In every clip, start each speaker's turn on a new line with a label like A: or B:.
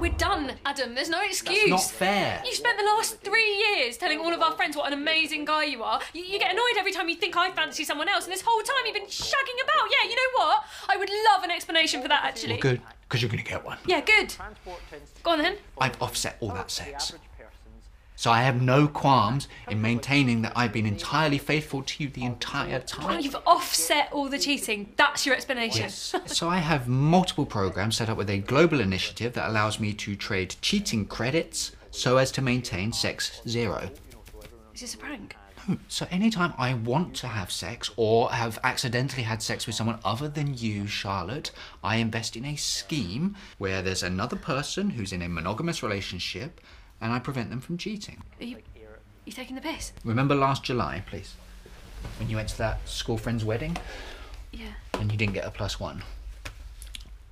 A: We're done, Adam. There's no excuse.
B: That's not fair.
A: You spent the last three years telling all of our friends what an amazing guy you are. You, you get annoyed every time you think I fancy someone else, and this whole time you've been shagging about. Yeah, you know what? I would love an explanation for that, actually.
B: Well, good, because you're going to get one.
A: Yeah, good. Go on then.
B: I've offset all that sex. So I have no qualms in maintaining that I've been entirely faithful to you the entire
A: Oh,
B: time.
A: you've offset all the cheating. That's your explanation.
B: Yes. So I have multiple programs set up with a global initiative that allows me to trade cheating credits so as to maintain sex zero.
A: Is this a prank?
B: So anytime I want to have sex or have accidentally had sex with someone other than you, Charlotte, I invest in a scheme where there's another person who's in a monogamous relationship and I prevent them from cheating.
A: Are you, you taking the piss?
B: Remember last July, please, when you went to that school friend's wedding
A: Yeah.
B: and you didn't get a plus one?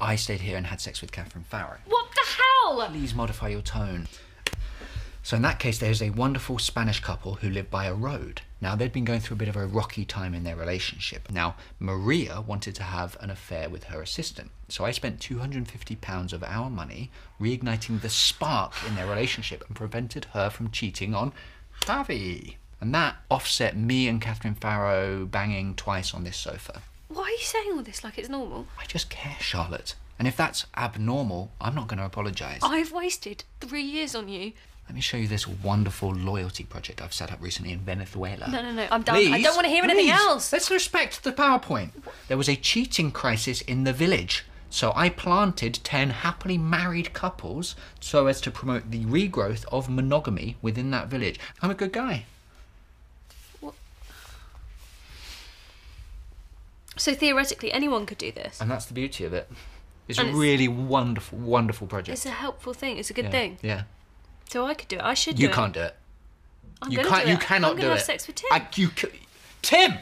B: I stayed here and had sex with Catherine Farrow.
A: What the hell?
B: Please modify your tone. So, in that case, there's a wonderful Spanish couple who live by a road. Now, they'd been going through a bit of a rocky time in their relationship. Now, Maria wanted to have an affair with her assistant. So, I spent £250 of our money reigniting the spark in their relationship and prevented her from cheating on Javi. And that offset me and Catherine Farrow banging twice on this sofa.
A: Why are you saying all this like it's normal?
B: I just care, Charlotte. And if that's abnormal, I'm not going to apologise.
A: I've wasted three years on you.
B: Let me show you this wonderful loyalty project I've set up recently in Venezuela.
A: No, no, no. I'm done. I don't want to hear anything
B: please,
A: else.
B: Let's respect the PowerPoint. There was a cheating crisis in the village, so I planted 10 happily married couples so as to promote the regrowth of monogamy within that village. I'm a good guy.
A: So theoretically, anyone could do this.
B: And that's the beauty of it. It's
A: And
B: a
A: it's-
B: really wonderful, wonderful project.
A: It's a helpful thing. It's a good
B: yeah.
A: thing.
B: Yeah.
A: So I could do it. I should.
B: You
A: do
B: can't do it.
A: It. I'm
B: you
A: gonna
B: can't.
A: do
B: You
A: it.
B: cannot
A: I'm
B: do
A: gonna
B: it.
A: have sex with Tim.
B: I, you, c- Tim.